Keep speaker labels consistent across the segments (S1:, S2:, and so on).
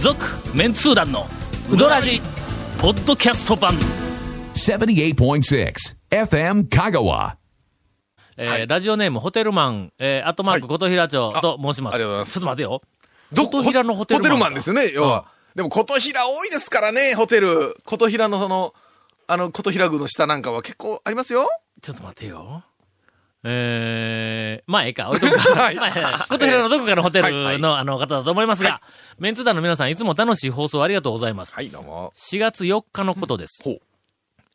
S1: 続メンツー団のウドラジポッドキャスト版、
S2: 78.6 FM Kagawa.
S1: えーラジオネームホテルマン、えー、アットマーク琴平町と申します、
S3: あありがとうございます
S1: ちょっと待てよ
S3: ど
S1: 琴平のホテルマン
S3: ホテルマンですよね、要は。でも、琴平多いですからね、ホテル。琴平のその、あの、琴平宮の下なんかは結構ありますよ。
S1: ちょっと待てよえー、まあ、ええ か、置いとくか。
S3: はい
S1: まあええ琴平のどこかのホテルの、
S3: はいはい
S1: あの方だと思いますが、メンツー団の皆さん、いつも楽しい放送ありがとうございます。
S3: はい、どうも。
S1: 4月4日のことです。
S3: ほう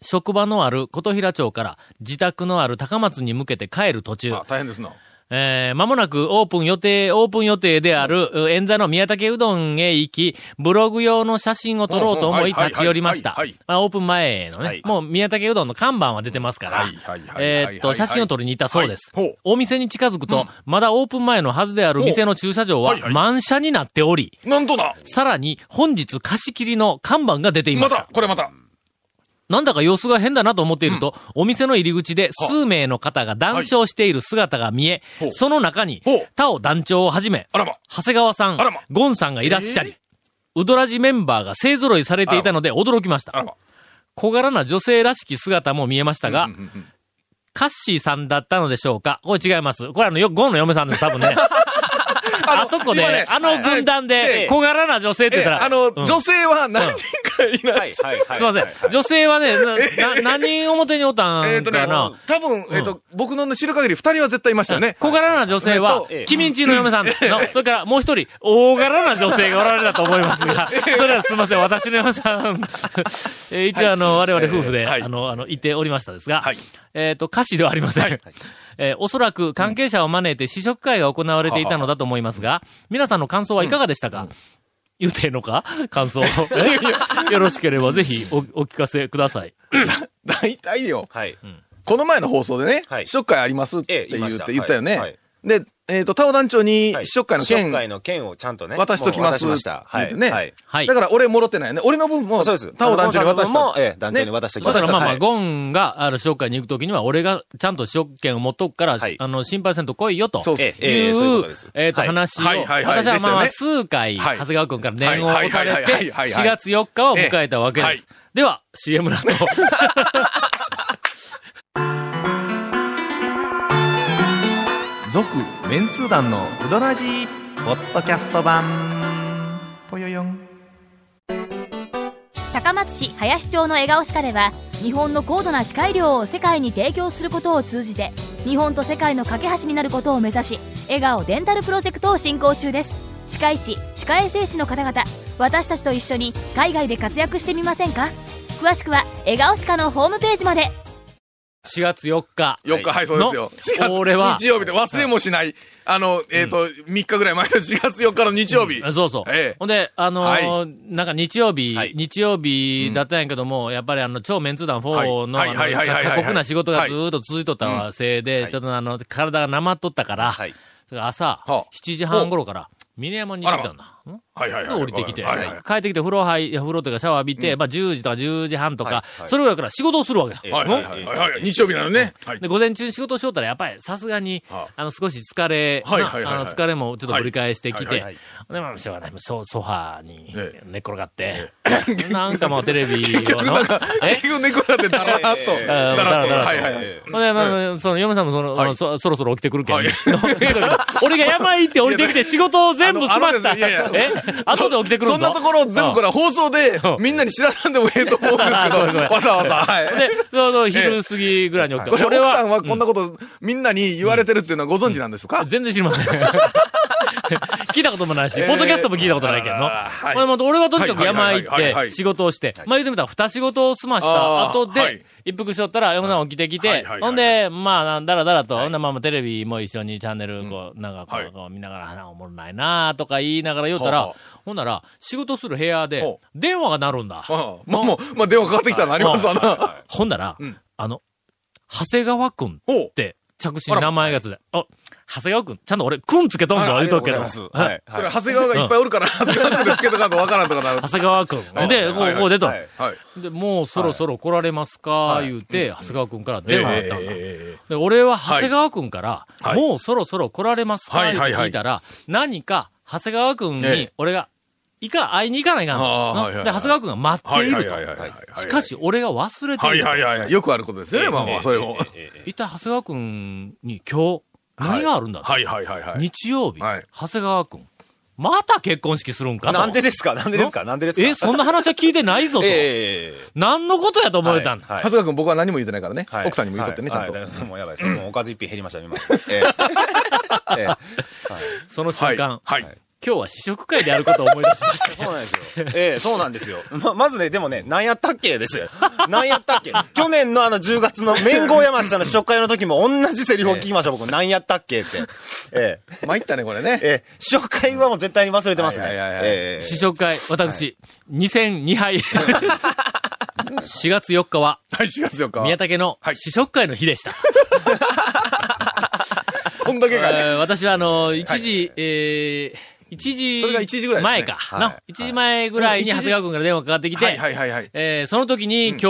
S1: 職場のある琴平町から自宅のある高松に向けて帰る途中、
S3: あ、大変ですな。
S1: えー、間もなくオープン予定、オープン予定である、演座の宮武うどんへ行き、ブログ用の写真を撮ろうと思い
S3: うんうんはいはいはい
S1: 立ち寄りました
S3: はいはい。
S1: まあ、オープン前のね、
S3: はい
S1: もう宮武うどんの看板は出てますから
S3: はいはいはい、はい
S1: えーっと、
S3: はいは
S1: 写
S3: い
S1: 真を撮りに行ったそうです。
S3: はいほう
S1: お店に近づくと、まだオープン前のはずである店の駐車場は
S3: ほうはいはい
S1: 満車になっており、
S3: なんとな。
S1: さらに本日貸し切りの看板が出ていま
S3: ま
S1: した
S3: た、。これまた。
S1: なんだか様子が変だなと思っていると、お店の入り口で数名の方が談笑している姿が見え、
S3: ほう
S1: その中に
S3: ほう、
S1: 他を団長をはじめ、
S3: あらま。
S1: 長谷川さん、
S3: あらま
S1: ゴンさんがいらっしゃり、
S3: えー
S1: ウドラジメンバーが勢揃いされていたので驚きまし
S3: あ
S1: た。
S3: らま。
S1: 小柄な女性らしき姿も見えましたが、カッシーさんだったのでしょうかこれ違います。これあの、よゴンの嫁さんです、多分 ね。
S3: の
S1: あそこで、
S3: 今ね
S1: あの軍団
S3: はい
S1: で、小柄な女性って
S3: え
S1: 言った
S3: え、
S1: ら、
S3: あの、
S1: うん
S3: 女性は何人かいない。
S4: はいは
S1: すいません。女性はね、 な、な何人表におったんかな、
S3: えっ、とね、多分、えっ、と、僕の知る限り二人は絶対いましたよね。
S1: 小柄な女性は
S4: えっ、と
S1: 君んちの嫁さんの、それからもう一人、大柄な女性がおられたと思いますが、それはすみません、私の嫁さん、 えー一応あの、我々夫婦で、
S3: はい
S1: あの、あの、いておりましたですが、
S3: はい
S1: えっと、歌詞ではありません。えーおそらく関係者を招いて試食会が行われていたのだと思いますが、皆さんの感想はいかがでしたか、言うてんのか感想を。 よろしければぜひおお聞かせください。
S3: 大体よ。
S4: はい。
S3: この前の放送でね、
S4: はい
S3: 試食会ありますって
S4: ええ
S3: 言
S4: 言いま
S3: う
S4: した
S3: て言ったよね。
S4: はいはい
S3: で、えっ、と、タオ団長に
S4: はい
S3: 試食会の
S4: 試
S3: 件
S4: 食会の券をちゃんとね。
S3: 渡しときます。
S4: もう渡しました。
S3: 言
S4: は
S3: うて
S4: い。
S3: ね。
S4: はい。
S1: はい
S3: だから俺もろてないよね。俺の分も、
S4: そうです
S3: タオ団長に渡した。
S4: あのゴンさんの分もええ団長に渡しておきま
S1: だ
S4: し
S1: か
S4: た
S1: らまあまあ、
S4: はい
S1: ゴンが、ある試食会に行くときには、俺がちゃんと試食券を持っとくから、
S4: はい
S1: あの、心配せんと来いよと。
S3: そう
S4: ええ、
S1: い
S4: ええ、
S1: う
S4: そういうことです。
S1: えっ、と、
S4: はい
S1: 話を、
S3: はいはいはい
S1: 私はまあまあ、
S3: でした
S1: 数回、
S3: はい
S1: 長谷川くんから念を
S3: は
S1: 押
S3: い
S1: され
S3: はいはいはい
S1: て、
S3: はい
S1: 4月4日を迎えたわけです。
S3: ええはい
S1: では、CM だと。
S5: 続メンツー団のウドラジーポッドキャスト版ぽよよん
S6: 高松市林町の笑顔歯科では日本の高度な歯科医療を世界に提供することを通じて日本と世界の架け橋になることを目指し笑顔デンタルプロジェクトを進行中です歯科医師歯科衛生士の方々私たちと一緒に海外で活躍してみませんか詳しくは笑顔歯科のホームページまで
S1: 4月4日。
S3: 4日、はい、そうですよ
S1: の。
S3: 4月
S1: 俺は
S3: 日曜日で忘れもしない。あの、えっ、と、3日ぐらい前の4月4日の日曜日。
S1: あそうそう。
S3: ええ
S1: ほんで、あのーなんか日曜日、
S4: はい
S1: 日曜日だったんやけども、やっぱりあの、超メンツ団4の、
S3: はい
S1: あの
S3: はいはいはいはい
S1: 過
S3: はい
S1: 酷な仕事がずーっと続いとったせいで、
S4: い
S1: ちょっとあの、体がなまっとったから、
S4: はい。
S1: それから朝、
S3: はあ
S1: 7時半頃から、峰山に行ったんだ。ん
S3: はいはい
S1: で
S3: はい。
S1: 降りてきて、
S3: はいはい
S1: 帰ってきて風呂入り、風呂というかシャワー浴びて、まあ10時とか10時半とか、
S4: はいはい
S1: それぐらいから仕事をするわけだ。
S4: ええ
S3: はいはいはいはいはいはい。日曜日なのね。はい
S1: で、。午前中に仕事をしよったら、やっぱりさすがに、
S3: は
S1: あの、少し疲れ、
S3: はいはいはいはい
S1: なあの疲れもちょっとぶり返してきて、
S3: はい
S4: はい
S1: で、まあ、しょうがない、ソソファーに
S3: え
S1: 寝っ転がって、 なんかもうテレビをの、え
S3: 結局猫だってだらーっと。
S4: ええ
S3: だらーっ
S1: だ
S3: と。
S1: らーっと
S3: はいはいはい。
S1: ほんで、まあ、その、嫁さんもその、
S3: はい
S1: あのそそろそろ起きてくるけん。
S3: はい
S1: 俺が山行って降りてきて仕事を全部済ました。
S3: あのあのですねいやいや
S1: え後で起きてくる
S3: そんなところを全部こ
S1: れ。
S3: れは放送で
S1: うん
S3: みんなに知らなんでもええと思うんですけ
S1: あ
S3: ど、
S1: ごめんごめん
S3: わざわざ。はい。
S1: で、そうそう、昼過ぎぐらいに起き
S3: こ
S1: て。
S3: れ奥
S1: 俺
S3: さんはこん
S1: う
S3: なことみんなに言われてるっていうのはご存知なんですか、
S1: 全然知りま せん。聞いたこともないし、ポッドキャストも聞いたことないけどの。
S3: あーはい
S1: まあまあ俺はとにかく山行
S3: はいはいはい
S1: っ
S3: はいは
S1: て
S3: い
S1: 仕事をして、まあ言うてみたら二仕事を済ました後
S3: あーは
S1: で
S3: い、
S1: 一服しとったら、山さん起きてき
S3: はい
S1: て
S3: はいはいは、い
S1: ほんで、まあ、なんだらだらと、ほんでまあまあテレビも一緒にチャンネル、こう、なんか
S3: は
S1: こう
S3: い
S1: こう見ながら、花おもろないなとか言いながら言うた
S3: はあ
S1: ら
S3: はあ、
S1: ほんなら、仕事する部屋で
S3: ほ、
S1: 電話が鳴るんだ。
S3: ああまあもう、まあ電話かかってきたのありますわな。
S1: ほんなら、あの、長谷川くん
S3: おう
S1: って、着信名前がついて、あ、長谷川くん、ちゃんと俺、くんつけとんぞ、
S4: あ
S1: 言うとくけ
S4: あり
S1: ど
S4: が。とうござ
S1: は
S4: いますはいい。
S3: それ長谷川がいっぱいおるから、長谷川なんですけどかとわからんとかなる。
S1: 長谷川く ん。で、こう、こう出と。
S4: はい
S3: はい。
S1: で、もうそろそろ来られますか、言うて、長谷川くんから電話があったんだ。
S3: え
S1: で、俺は長谷川くんから、
S3: はい
S1: もうそろそろ来られますか、
S3: はい
S1: 言うて聞いたら、何か長谷川くん
S3: え
S1: に
S3: え
S1: 俺がいか、会いに行かないかんの。
S3: あーはいはいはい
S1: で、長谷川くんが待っていると。
S3: はい。
S1: しかし、俺が忘れてい
S3: はい
S1: る。
S3: はいはいはい。よくあることですね。まあまあ、それも。
S1: 一体長谷川くんに今日、何があるんだと、
S3: はいはいはいはい。
S1: 日曜日、
S3: はい
S1: 長谷川くん、また結婚式するんかと。
S4: なんでですかなんでですかなんでですか
S1: え、そんな話は聞いてない ぞと。
S4: ええ
S1: 何のことやと思えたんだ。
S4: は
S3: 長
S4: い
S3: 谷川君僕は何も言ってないからね。
S4: はい
S3: 奥さんにも言っとってね、ち
S4: は
S3: ゃ
S4: い
S3: んと。
S4: はいだからもうやばいです。もうおかず一品減りましたね、今。え えええ
S1: その瞬間、
S3: はい。はい
S1: 今日は試食会であることを思い出しました
S4: そう
S1: ね、
S4: なんですよ。ええそうなんですよ。ま、まずね、でもね、何やったっけで すよ。何やったっけ去年のあの10月の麺号山下の試食会の時も同じセリフを聞きまし た、僕。何やったっけって。ええ
S3: 参ったね、これね。
S4: ええ試食会はもう絶対に忘れてますね。
S3: はいはいはいはい
S4: ええ
S1: 試食会、私、2戦2敗。4月4日は、
S3: はい、4月4日。
S1: 宮武の
S3: はい
S1: 試食会の日 でした。
S3: そんだけかね。
S1: えー私はあの、1時、えー、1時、
S3: それが1時ぐらいですね
S1: 前か。な、1時前ぐらいに長谷川くんから電話かかってきて、
S3: はいはいはいはい。
S1: えーその時に今日、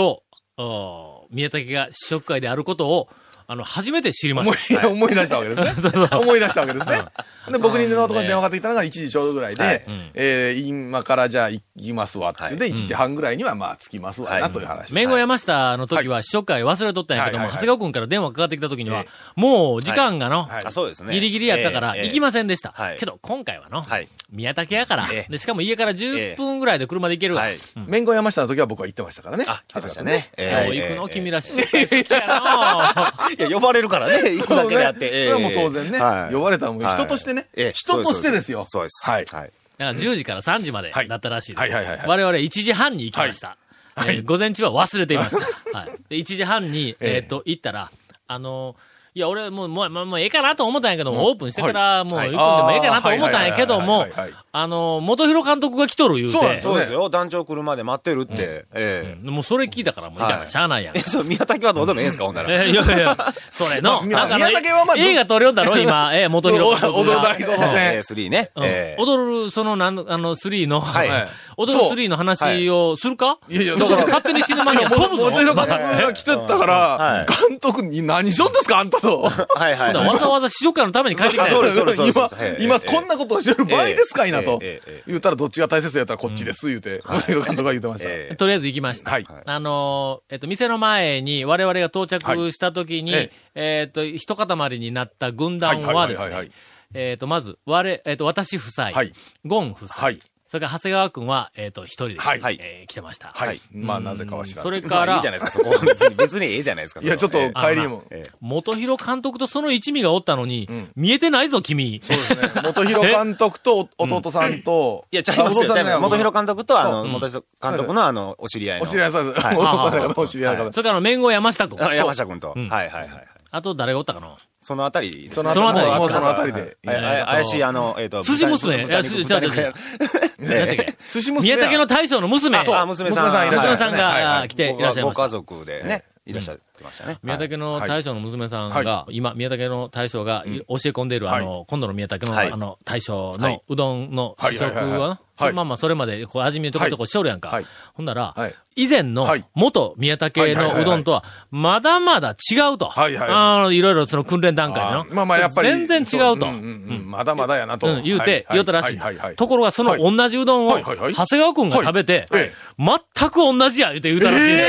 S1: おー宮武が試食会であることを、あの、初めて知りま
S3: 思い
S1: した。はい
S3: 思い出したわけです ね。思い出したわけですね。で、僕にのところに電話かかってきたのが1時ちょうどぐらいで
S1: ん、
S3: えー今からじゃあ行きますわっていうで、1時半ぐらいにはまあ着きますわなという話。
S1: 名護
S3: はい
S1: 山下の時は試食会忘れとったんやけども、
S3: はいはいはい
S1: 長谷川くんから電話かかってきた時には
S3: ええ、
S1: もう時間がの、
S3: はい
S4: あそうですね。
S1: ギリギリやったから、
S4: ええ
S1: 行きませんでした。
S4: はい
S1: けど、今回はの、
S4: はい
S1: 宮武やから、
S4: ええ
S1: で、しかも家から10分ぐらいで車で行けるわ。
S4: はい
S1: うん
S3: 面後山下の時は僕は行ってましたからね。
S4: あ、来てましたね。え
S1: よう
S4: え
S1: 行くの、君
S4: ら。
S1: ら試食会好きやの
S4: いや、呼ばれるから ね、行くだけであって。
S3: そ
S4: ええ
S3: れはもう当然ね、
S4: はい
S3: 呼ばれたもん、
S4: はい
S3: 人としてね、
S4: ええ
S3: 人としてですよ。
S4: そうです。
S3: はい。
S4: はい。
S1: だから10時から3時まで
S3: はい
S1: だったらしいです。
S3: はいはいはいはい
S1: 我々1時半に行きました。えー午前中は忘れていま した。はい、で1時半に、え
S3: ええ
S1: ーっと、行ったら、あのいや、俺、もう、もう、もうもうええかなと思ったんやけども、オープンしてから、もう、行くんでもええかなと思ったんやけど
S3: あーは
S1: も
S3: いはいはいはいはい、
S1: あの、元広監督が来とる言う
S3: そうなんで
S1: て、
S4: そうですよ。団長来るまで待ってるって。え
S1: もうそれ聞いたから、もう、いか
S4: は
S1: ないしゃあないやん
S4: え。え、。そう、宮崎はどうでもええんすか、ほんなら。
S1: え いやいや、それの、
S3: まあ
S1: なんかの
S3: 宮武はまあ
S1: 映画撮りよんだろ、 今、ええ、元広監督
S3: 踊る
S1: が
S3: 大。捜査線。
S4: ええ、3ね。
S1: うん
S4: ええ。
S1: 踊る、その、なん、あの、3の、
S4: い
S3: はい
S1: 踊る3の話をするか
S3: いやいや、だから、
S1: 勝手に死ぬ間には飛ぶぞ
S3: 元広監督が来てったか
S4: は
S3: ら
S4: い、
S3: 監督に何しとんですか、あんたと。
S4: はいはいはい。
S1: わざわざ試食会のために帰ってきたんや
S4: そうですそうですそうです
S3: 今
S4: え、え
S3: 今
S4: ええ
S3: こんなことをしてる場合ですかいなと
S4: ええええええ。
S3: 言ったら、どっちが大切やったらこっちです、言うて、元広監督が言ってました。
S4: ええ
S1: とりあえず行きました。
S3: はい
S1: あのー、えっと、店の前に我々が到着した時に、
S3: はいえ
S1: えっと、一塊になった軍団はです
S3: はいはいはいはい
S1: ね、えっと、まず、我、えっと、私夫妻、
S3: はい
S1: ゴン夫妻、
S3: はい
S1: それから長谷川くんは、えっと、一人で、
S3: はいはい
S1: えー来てました。
S3: はい。まあ、なぜかは知ら
S1: そ
S3: ない
S1: れ。か
S4: まあい
S1: ら
S4: いじゃ、ないですか、そこは別に。別にええじゃないですか。
S3: いや、ちょっと
S4: それは
S3: 帰りも。
S4: ええええ
S1: 元広監督とその一味がおったのに、
S3: ん
S1: 見えてないぞ、君。
S3: そうですね。元広監督とお弟さんと、
S4: いや、ちゃいます
S3: あ弟さ
S4: よ。
S3: んじ
S4: ちゃ
S3: ゃ
S4: い
S3: な
S4: ます。元広監督と、あの、
S1: うん
S4: 元広監督の、あの、お知り合いの。
S3: お知り合いそうです。
S4: はい
S3: 元々だからお知り合いだから
S1: それから、面後山下君。
S4: あ山下君と。は
S1: う
S4: い
S1: ん
S4: はいはいはい。
S1: あと誰がおったかな
S4: そのあたりですね。
S1: その辺り
S3: もうもうその辺りで。
S4: ああ怪しい、あの、えっと、
S1: 寿司娘
S4: 豚肉
S1: いや
S4: 豚
S1: 寿
S4: 肉
S1: 司違う違う
S4: え
S1: 何
S4: え
S1: だっけ
S3: 寿司娘
S1: 宮
S3: や
S1: 武の大将の娘。
S4: あ、娘さん。
S3: 娘さんいらっしゃ
S1: 娘
S3: います
S1: さん
S3: ねはい
S1: が
S3: は
S1: あ来ていらっしゃい
S4: ご
S1: ま
S4: ご
S1: した
S4: 家。族でね、いらっしゃってましたね。
S1: 宮武の大将の娘さんが、
S3: は
S1: 今、宮武の大将がい教え込んでいる、あの、今度の宮武の、
S4: はい
S1: あの、大将
S4: は
S1: の
S4: いう
S1: どんの試食
S3: はいはいはいは、
S1: はいそのまんまそれまで、こう、味見をちょこちょこしとるやんか。
S3: はい
S1: ほんなら、
S3: はい
S1: 以前の
S3: はい、
S1: 元宮武のうどんとは、まだまだ違うと。
S3: はいはいはい
S1: あの、いろいろその訓練段階の
S3: あ。まあまあ、やっぱり。
S1: 全然違うと。
S3: そんんうんまだまだやなと。
S1: うん、言うて、言うたらしい
S3: はいはは。
S1: ところが、その
S3: はい
S1: 同じうどんを、
S3: はいはい
S1: 長
S3: はい
S1: 谷川くんが食べて
S3: はいえ、
S1: 全く同じや、言うて言うたらしいね。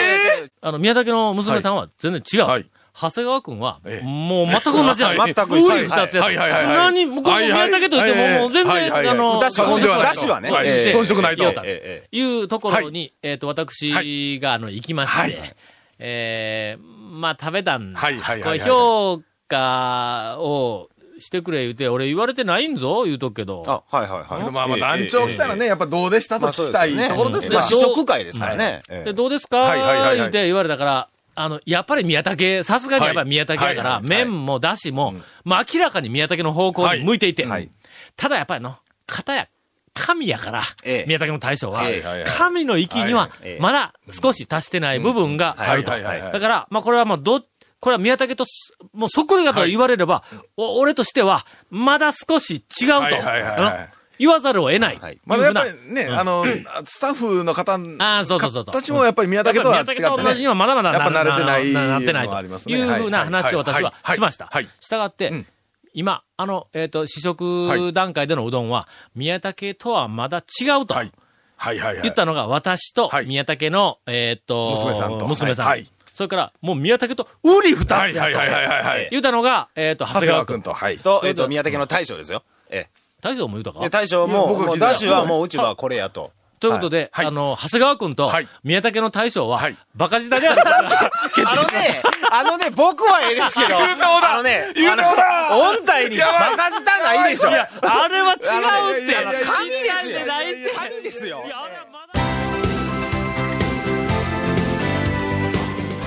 S1: あの、宮崎の娘さんは全然違
S3: は
S1: う
S3: い。
S1: 長谷川くんは、
S3: ええ
S1: もう全く同じや。
S4: はい全く一緒
S1: 無理二つや。
S3: はいはいはいはい
S1: 何、もうここ
S3: はい
S1: 宮
S3: はい
S1: 崎と言っても、もう全
S3: はいは
S1: 然、
S3: いはい
S1: あの、
S3: 出汁は
S1: 遜色ない
S4: 出汁はね
S1: はい
S4: ええ
S3: 遜色ないと
S1: 言うた
S4: えええ
S1: いうところに、えっと、私が、あの、行きまし
S3: は
S1: て、えー、まあ、食べたんだ。
S3: はいはいはい
S1: こ
S3: は
S1: れ
S3: い
S1: 評価をしてくれ言うて、俺言われてないんぞ、言うとくけど。
S4: あ、はいはいはい。
S3: まあまあ、団長来たらね、やっぱどうでしたと
S4: まあ、
S3: 聞きたいところです
S4: ま
S3: よ
S4: あ、。試食会ですからね。
S1: で、どうですか、
S3: はいはいはいはい
S1: 言うて言われたから、あの、やっぱり宮武、さすがにやっぱり宮武だから、
S3: はいはい
S1: 麺も出汁も、まあ明らかに宮武の方向に向いていて、
S4: はいはい
S1: ただやっぱりの、片や、神やから、
S4: ええ
S1: 宮武の大将は、
S4: ええ
S3: はいはい
S1: 神の域には
S4: はい、
S1: まだ少し足してない部分があると。
S3: はいはいはいはい
S1: だから、まあこれはもうど、これは宮武とす、もうそっくりだと言われれば、お俺としては、まだ少し違うと、
S3: はいはいはいはい
S1: うん言わざるを得ない。
S4: はい
S3: まだやっぱりね、
S1: ん
S3: あの、スタッフの方
S1: あーそうそうそうそう
S3: たちもやっぱり宮武とは違って、ね。
S1: やっぱ宮武と同じにはまだまだ
S3: やっぱ
S1: な
S3: 慣れてない
S1: なななってない
S3: のはあります
S1: と
S3: ね
S1: いうふうな話を
S3: はいは
S1: 私
S3: い
S1: はしました
S3: はいはい。
S1: したがって
S3: うん、
S1: 今、あの、えっ、と、試食段階でのうどんは、宮武とはまだ違うと。
S3: はいはいはいはい。
S1: 言ったのが、私と
S3: はい
S1: 宮武の、えっ、と、
S3: 娘さんと
S1: 娘さん。
S3: はいはい
S1: それから、もう宮武と、ウリ二つやと。
S3: はいはいはいはいはいはい。
S1: 言ったのが、えっ、と、長谷
S3: 長谷
S1: 川
S3: 川
S1: 君
S3: 君。と、はい。
S4: と、えっと、宮武の大将ですよ。え
S1: 大将も言うたか
S4: え。で、大将も、
S3: いや僕は
S4: も
S3: 聞
S4: う、
S3: いてな
S4: だ
S3: い
S4: しはもう、うちはこれやと。
S1: ということで、
S3: はい
S1: あの、長谷川君と
S3: はい、
S1: 宮武の大将は、
S3: はい
S1: バカ舌であることが決
S4: あの
S1: 定
S4: ね、 あのね、僕はええですけど。
S3: 誘導だ
S4: あのね、
S3: 誘導だ
S4: あの音体に
S3: やばい
S4: 任せたないでしょ
S3: いや。
S1: あれは違うっ
S3: いや
S1: て
S3: いやいやいや。
S4: 神ですよ
S1: いやいやいやいや
S4: 神ですよ
S1: いやあれはまだ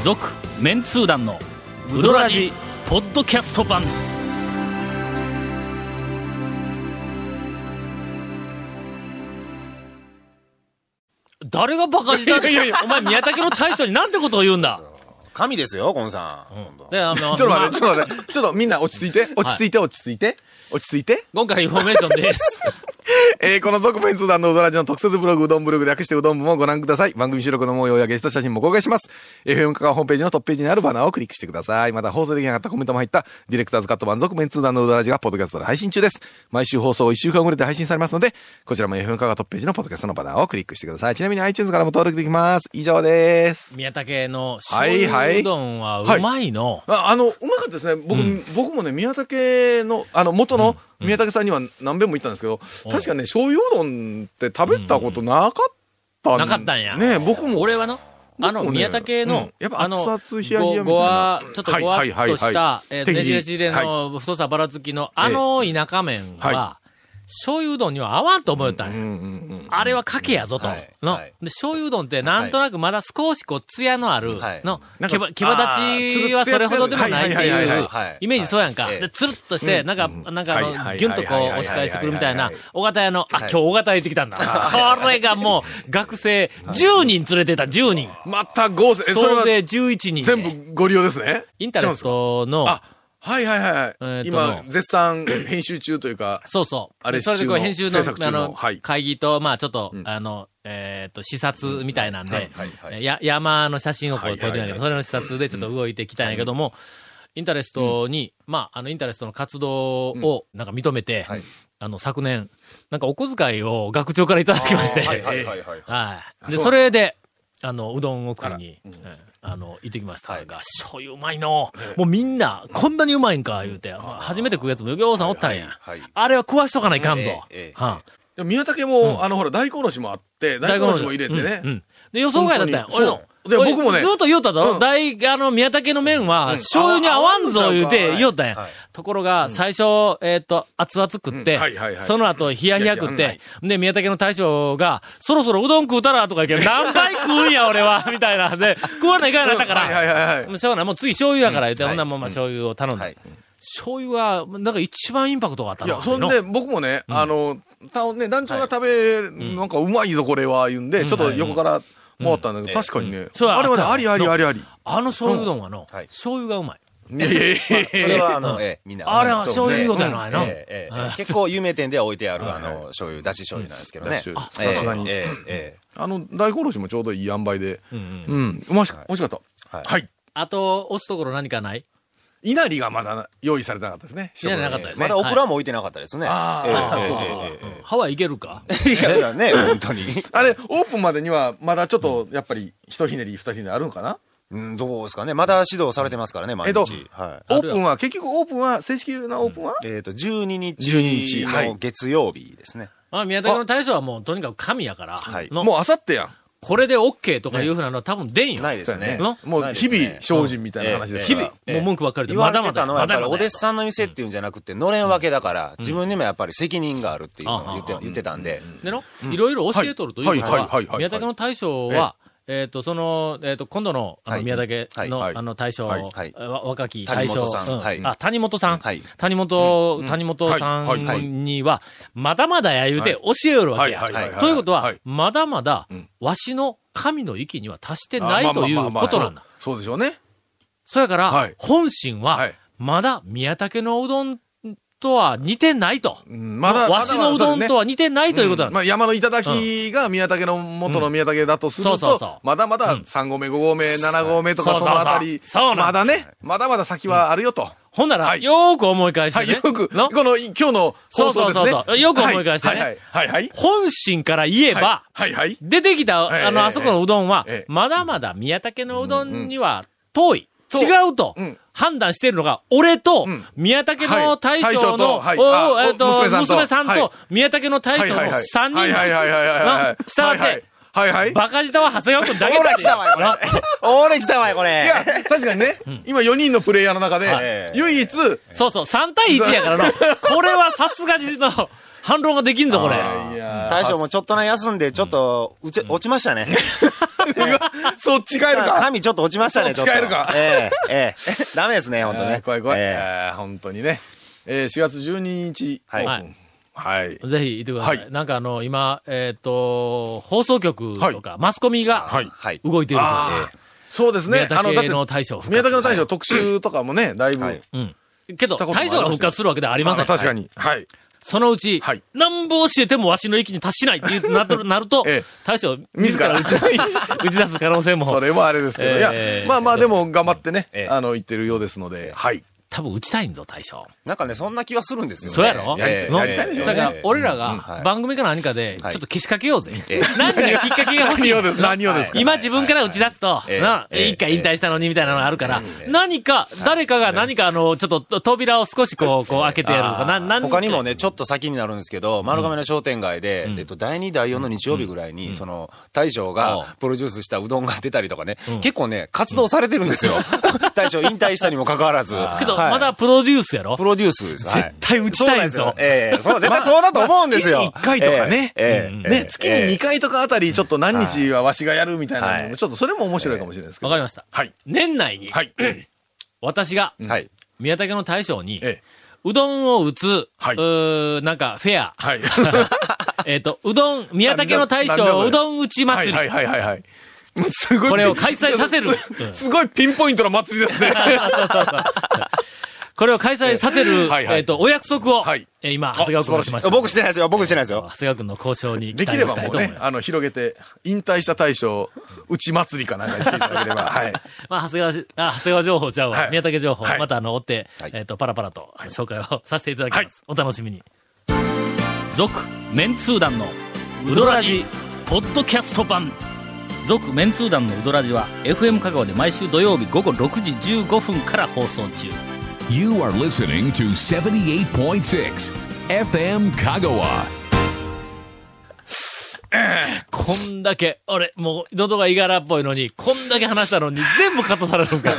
S1: 続、メンツー団の、ウドラジ、ポッドキャスト版。誰がバカ舌で、お前宮武の大将になんてことを言うんだ。
S4: 神ですよ、ゴンさん。
S1: で、あの、
S3: ちょっと
S1: ま
S3: 待
S1: あ
S3: って、ちょっと待って。ちょっとみんな落ち着いて、落ち着いて、落ち着いて、落ち着いて。
S1: 今回インフォメーションです。
S3: えーこの続面通談のうどらじの特設ブログ、うどんブログ略してうどん部もご覧ください。番組収録の模様やゲスト写真も公開します。FM カカホームページのトップページにあるバナーをクリックしてください。また放送できなかったコメントも入った、ディレクターズカット版続面通談のうどらじがポッドキャストで配信中です。毎週放送1週間遅れで配信されますので、こちらも FM カカトップページのポッドキャストのバナーをクリックしてください。ちなみに iTunes からも登録できます。以上です。
S1: 宮武の醤
S3: はいは
S1: 油
S3: い
S1: うどんはうまいの。
S3: ああの、うまかったですね。僕、僕もね、宮武の、あの、元の宮武さんには何遍も行ったんですけど、確かね、醤油うどんって食べたことなかった
S1: なかったんや。
S3: ね、僕も。
S1: 俺はの、あの、
S3: 僕もね
S1: 宮武の、
S3: うんやっぱ
S1: あの、
S3: 熱々冷や冷やみたいな
S1: ごわちょっとごわっ
S3: はいはいは
S1: と
S3: い
S1: した、えー
S3: 適宜
S1: ねじねじれの太さばらつきの、あの田舎麺は、
S3: は
S1: 醤油うどんには合わんと思ったんや。
S3: うんうんうん。
S1: あれはかけやぞと。
S4: はい
S1: の、
S4: はい
S1: で、醤油うどんってなんとなくまだ少しこう、艶のある、
S4: はい
S1: の、
S3: なんか
S1: けば、けば立ちはそれほどでもないって
S3: あーつるつるつるはいはいはい
S1: い
S3: は
S1: う
S3: い
S4: はい、
S1: イメージそうやんか。
S4: はい
S1: で、つるっとして、なんか、なんかあ
S3: はいはいはいは
S1: の、
S3: い
S1: ぎゅんとこう、押し返してくるみたいな
S3: はいはいはいはい、
S1: 尾形屋の、あ、今
S4: い
S1: 日尾形行ってきたんだ。これがもう、学生10人連れてた、10人。
S3: また合成、えそれ
S1: 総
S3: は
S1: 勢11人。
S3: 全。部ご利用ですね。
S1: インタレストの、
S3: あ、はいはいは
S1: えーと
S3: い。今、絶賛編集中というか、
S1: そうそう。
S3: あれ
S1: それでこう
S3: 中の
S1: 編集の
S3: 制作
S1: あ
S3: 中の
S1: の、
S3: はい
S1: 会議と、まあちょっと、あの、えっ、と、視察みたいなんで、
S4: はいはいはい
S1: や山の写真をこう撮ってな
S3: はいい
S1: けど、
S3: はい
S1: それの視察でちょっと動いてきたんやけども、インタレストに、まあ、あの、インタレストの活動を、なんか認めて、
S4: はい
S1: あの、昨年、なんかお小遣いを学長からいただきまして、
S4: あー
S1: は
S4: はいい。はいはいはい。
S1: で、
S3: そう
S1: それで、あの、うどんを食いに、うんあの、行ってきましたが、醤油うまいの。もうみんな、こんなにうまいんか、言うて、初めて食うやつも、ようさんおったんや。
S4: はいはい
S1: あれは食わしとかないかんぞ。
S4: ええええ
S1: は
S3: でも宮武も、あの、ほら、大根おろしもあって、大根おろしも入れてね
S1: うんう。んで、予想外だったんや。
S3: 本当
S1: 俺の。
S3: にそう
S1: 俺
S3: で僕もね
S1: ずっと言うただろ、
S3: うん
S1: 大、あの、宮武の麺は、醤油に合わんぞ、言うて、言うたんや。ところが、最初、えーっと、熱々食って
S3: うんはいはいは、い
S1: その後、冷や冷や食っ
S3: いやい
S1: て、で、宮武の大将が、そろそろうどん食うたら、とか言うけど、何杯食うんや、俺は、 みたいなんで、食わないかんやなったか
S3: はいはい
S1: ら、
S3: はい
S1: も
S3: は
S1: うしょうがない、もう次醤油やから、言うて、
S4: うん
S1: ほんならもうまあ醤油を頼ん
S4: は
S1: で
S4: い。
S1: 醤油は、なんか一番インパクトがあった
S3: い。い
S1: な
S3: や、そんで、僕もね、あの、たね、団長が食べ、なんかうまいぞこれは、言うんで、ちょっと横からもらったんだけど、確かにね、
S1: そう
S3: あれはね、
S1: あった
S3: ありありありあり。
S1: あの醤油うどんはの、
S4: はい
S1: 醤油がうまい。
S3: いやいやいや
S4: それは、あの、ええ、みんな。
S1: あれは
S4: そ
S1: 醤
S4: う
S1: 油
S4: ね
S1: 用じゃないの
S4: ええええええ結構有名店では置いてある、あの、醤油、だし醤油なんですけどね。
S3: だし醤
S4: ええ
S3: 油さすがに
S4: えええ
S3: あの、大根おろしもちょうどいい塩梅で。うん、うん。うまし、美味しかった。
S4: はい
S3: はい。
S1: あと、押すところ何かない
S3: 稲荷がまだ用意されてなかったですね。
S1: 稲荷なかった
S4: え
S1: で
S4: え
S1: す
S4: え。まだオクラも置いてなかったですね。
S3: あ
S4: ええ
S3: あ
S4: ええ
S3: そうか
S4: ええええ
S1: ハワイ行けるか
S4: いや、ね、本当に。
S3: あれ、オープンまでには、まだちょっと、やっぱり、ひとひねり、ふたひねりあるのかな
S4: うん、どうですかね。まだ指導されてますからね、毎
S3: えっと
S4: 日。はい。
S3: オープンは、結局オープンは、正式なオープンは、
S4: えっと、12日
S3: 12はい
S4: の月曜日ですね。
S1: まあ、宮崎の大将はもうとにかく神やから、
S4: はい
S1: の
S3: もうあさってやん。
S1: これで OK とかいうふうなのは多分出んよ。
S4: ないですね
S1: そうやね。
S3: も
S4: な
S3: う、
S4: いで
S3: 日
S4: すね
S3: 々、精進みたいな話です
S1: 日
S3: から
S1: 々、もう文句ばっかりで、
S4: 言わ
S1: ま
S4: れ
S1: だ
S4: て
S1: ま
S4: た
S1: だ、
S4: のは、や
S1: ま
S4: っぱ
S1: だ
S4: りお
S1: ま
S4: 弟
S1: だや
S4: 子。さんの店っていうんじゃなくて、のれんわけだから、自分にもやっぱり責任があるっていうのを言って
S1: ああああ
S4: 言ってたんで、
S1: での、いろいろ教えとるということ
S3: はいはいはい
S1: は
S3: はいは、い
S1: 宮崎の大将は、えっと、その、えっと、今度の、あ
S4: は
S1: の、
S4: い
S1: 宮崎の、
S4: はい
S1: あの、大将、
S4: はいはい
S1: わ若き大将、
S4: 谷本さん
S1: う
S4: はい
S1: あ、谷本さん、
S4: はい
S1: 谷本、谷本さ
S3: はいはい
S1: んには、まだまだや言うて教えよるわけや。
S3: はいはいはいはい
S1: ということは、
S3: はい
S1: まだまだ
S3: ん、
S1: わしの神の域には達して
S3: あ
S1: な
S3: まあ
S1: いとい
S3: まあ
S1: う
S3: まあ
S1: ことなんだ
S3: まあ。そうそうでしょうね。
S1: そやから、
S3: はい
S1: 本心は、
S3: はい
S1: まだ宮武のうどんとは似てないと。
S3: うんまだ、
S1: わしのうどんと
S3: は、
S1: は似てないということなんだ。
S3: まあ、山の頂が宮武の元の宮武だとする
S1: うんそうそうそ
S3: と
S1: う、
S3: まだまだ3合目、5合目、7合目とか、
S1: そう
S3: そ
S1: そうそう
S3: のあたり
S1: そうなん、だ
S3: まだね、まだまだ先はあるよと。
S1: ほんなら、
S3: はい
S1: よーく思い返して、
S3: はい、
S1: ね。
S3: よく、
S1: の
S3: この、今日の放送
S1: そうそ
S3: ですね。
S1: うそうそうよく思い返してね
S3: はい、はい、はい。
S1: 本心から言えば、
S3: はい、はい。
S1: 出てきた、
S3: ええ
S1: あの、あそこのうどんは
S3: ええ、
S1: まだまだ宮武のうどんには遠い。
S3: うん
S1: 違うと
S3: うん、
S1: 判断してるのが、俺と
S3: うん、
S1: 宮武の大将の、お
S3: はい大将とはい
S1: お
S3: あ
S1: えっと、
S3: 娘さんと
S1: 娘さん
S3: は
S1: と
S3: い、
S1: 宮武の大将の3人
S3: はいはいはいはいはいはいは。
S1: ないしたがって、
S3: はいはい。はいはい
S1: バカ舌は長谷川君だけだ
S4: ほら来たわよこれ
S1: な
S4: 俺来たわよ、これ。
S3: いや、確かにね、今4人のプレイヤーの中
S4: はい
S3: で、唯一、
S1: そうそう、3対1やからの。これはさすがにの、反論ができんぞ、これ。
S3: いや
S4: 大将もちょっとな休んで、ちょっと、うち、落ちましたね。
S3: そっち帰るか。
S4: 髪ちょっと落ちましたね、ちょっと。
S3: そっち帰るか
S4: ええ、ええ。ダメですね、ほんと
S3: あー
S4: ね。
S3: 怖い怖い。
S4: え
S3: あー本当にね。えー4月12日オ
S1: い
S3: ープン。はい。
S1: ぜひ、言ってください。
S3: はい
S1: なんかあの、今、えっ、と、放送局とか、マスコミが
S3: はい
S5: はい、
S1: 動いているそうで
S3: あーそうですね。あの、だ
S1: 宮武
S3: って、
S1: の大将復活
S3: 宮武の大将特集とかもね、だいぶ。
S5: はい
S1: うん。けど、
S3: したこともあ
S1: 大
S3: りました
S1: 将が復活するわけではありませ
S3: ま
S1: ん。
S3: あ確かに。はい。
S1: そのうち、
S3: はい
S1: なんぼ教えてもわしの域に達しないっていうなっとるなると、
S3: ええ
S1: 大将、自
S3: 自
S1: ら
S3: ら
S1: 打ち出す打ち出す可能性
S3: そ
S1: も、
S3: れもあれですけど。いや
S1: え、ー
S3: まあまあ、でも頑張ってね
S4: ええ、
S3: あの、言ってるようですので。はい。
S1: 多分打ちたいんぞ、大将。
S4: えなんかね、そんな気はするんですよね。
S1: そうやろ
S4: ええ
S1: の
S3: やりたいでしょうね
S1: だから、俺ら
S4: は
S1: が
S4: い
S1: 番組か何かで、ちょっとけしかけようぜ。何かきっかけが欲し
S3: 何
S1: い。
S3: をです、 何をですか。
S1: 今自分から打ち出すと、
S4: え
S1: な、
S4: ええ
S1: 一回引退したのにみたいなのがあるから、何か、誰かが何かあの、ちょっとと扉を少しこう、こう開けてやるとか、な、何か
S4: 他にもね、ちょっと先になるんですけど、丸亀の商店街で、えっと、第2、第4の日曜日ぐらいに、その、大将
S1: おう
S4: がプロデュースしたうどんが出たりとかね、結構ね、活動されてる んですよ。大将引退したにもかかわらず。
S1: けど、
S4: はい
S1: まだプロデュースやろ
S4: プロデュースです。絶
S1: 対打ちたいんですよ
S4: ええ、そう、絶対そうだと思うんで すよ。
S3: まあ月に一回とかね
S4: ええ。ええ
S3: ね、月に2回とかあたり、ちょっと何日はわしがやるみたいなの
S4: は
S3: も、
S4: い
S3: ちょっとそれも面白いかもしれないですけ
S1: わ
S3: ど。
S1: かりました。
S3: はい。
S1: 年内に、
S3: はい。
S1: 私が、
S4: はい。
S1: 宮武の大将に、
S3: ええ。
S1: うどんを打つ、
S3: はいう
S1: ーなんか、フェア、
S3: はい。
S1: えっ、と、うどん、宮武の大
S3: なんだこ
S1: 将
S3: れ
S1: うどん打ち祭り、
S3: はいはいはいはいはい。すごい。
S1: これを開催させる。うん
S3: すごいピンポイントな祭りですね。
S1: これを開催させる、えっ、
S3: はいはい
S1: と、お約束を、
S3: はい
S1: えー今、長谷川君がしました。
S4: 僕してないですよ、僕してないですよ
S1: 長。谷川君の交渉に期
S3: でき
S1: 待
S3: れ
S1: を
S3: ば
S1: したい
S3: もう
S1: と思い
S3: ね
S1: ま、す。
S3: あの、広げて、引退した大将、うち祭りかなんかにしていただければ。はい。
S1: まあ、長谷川 し、あ、長谷川情報ちゃうわ。
S3: はい
S1: 宮武情報、
S3: はい
S1: またあの、追って、
S4: はい
S1: えっ、と、パラパラと紹介をさせていただきます。お楽しみに。続、メンツー団の、ウドラジ、ポッドキャスト版。続、メンツー団のウドラジは、FM 香川で毎週土曜日午後6時15分から放送中。
S2: You are listening to 78.6 FM Kagawa.
S1: こんだけ、俺、もう、喉がいがらっぽいのに、こんだけ話したのに、全部カットされるんか。